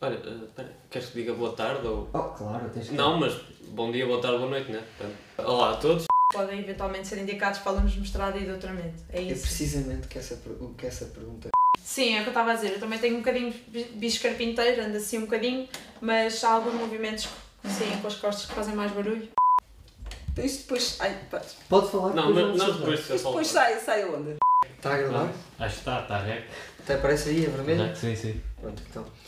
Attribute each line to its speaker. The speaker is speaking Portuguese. Speaker 1: Olha, eh, espera, queres que diga boa tarde ou.
Speaker 2: Oh, claro, tens que.
Speaker 1: Não, mas bom dia, boa tarde, boa noite, né? Portanto, Olá a todos.
Speaker 3: podem eventualmente ser indicados para alunos de mestrado e doutoramento. É
Speaker 2: É
Speaker 3: isso.
Speaker 2: precisamente que essa, per- o que essa pergunta.
Speaker 3: Sim, é o que eu estava a dizer. Eu também tenho um bocadinho de bicho carpinteiro, ando assim um bocadinho, mas há alguns movimentos sim, com as costas que fazem mais barulho.
Speaker 2: Então
Speaker 4: Isto depois. Ai, pá. Isto
Speaker 2: Pode falar
Speaker 1: Não,
Speaker 2: depois
Speaker 1: mas
Speaker 2: vamos
Speaker 1: não
Speaker 2: abordar.
Speaker 1: depois de ser só.
Speaker 4: depois sai, sai onda.
Speaker 2: Está a gravar?
Speaker 5: Acho que está, está reto.
Speaker 2: Até aparece aí, é vermelho?
Speaker 5: Sim, sim.
Speaker 2: Pronto, então.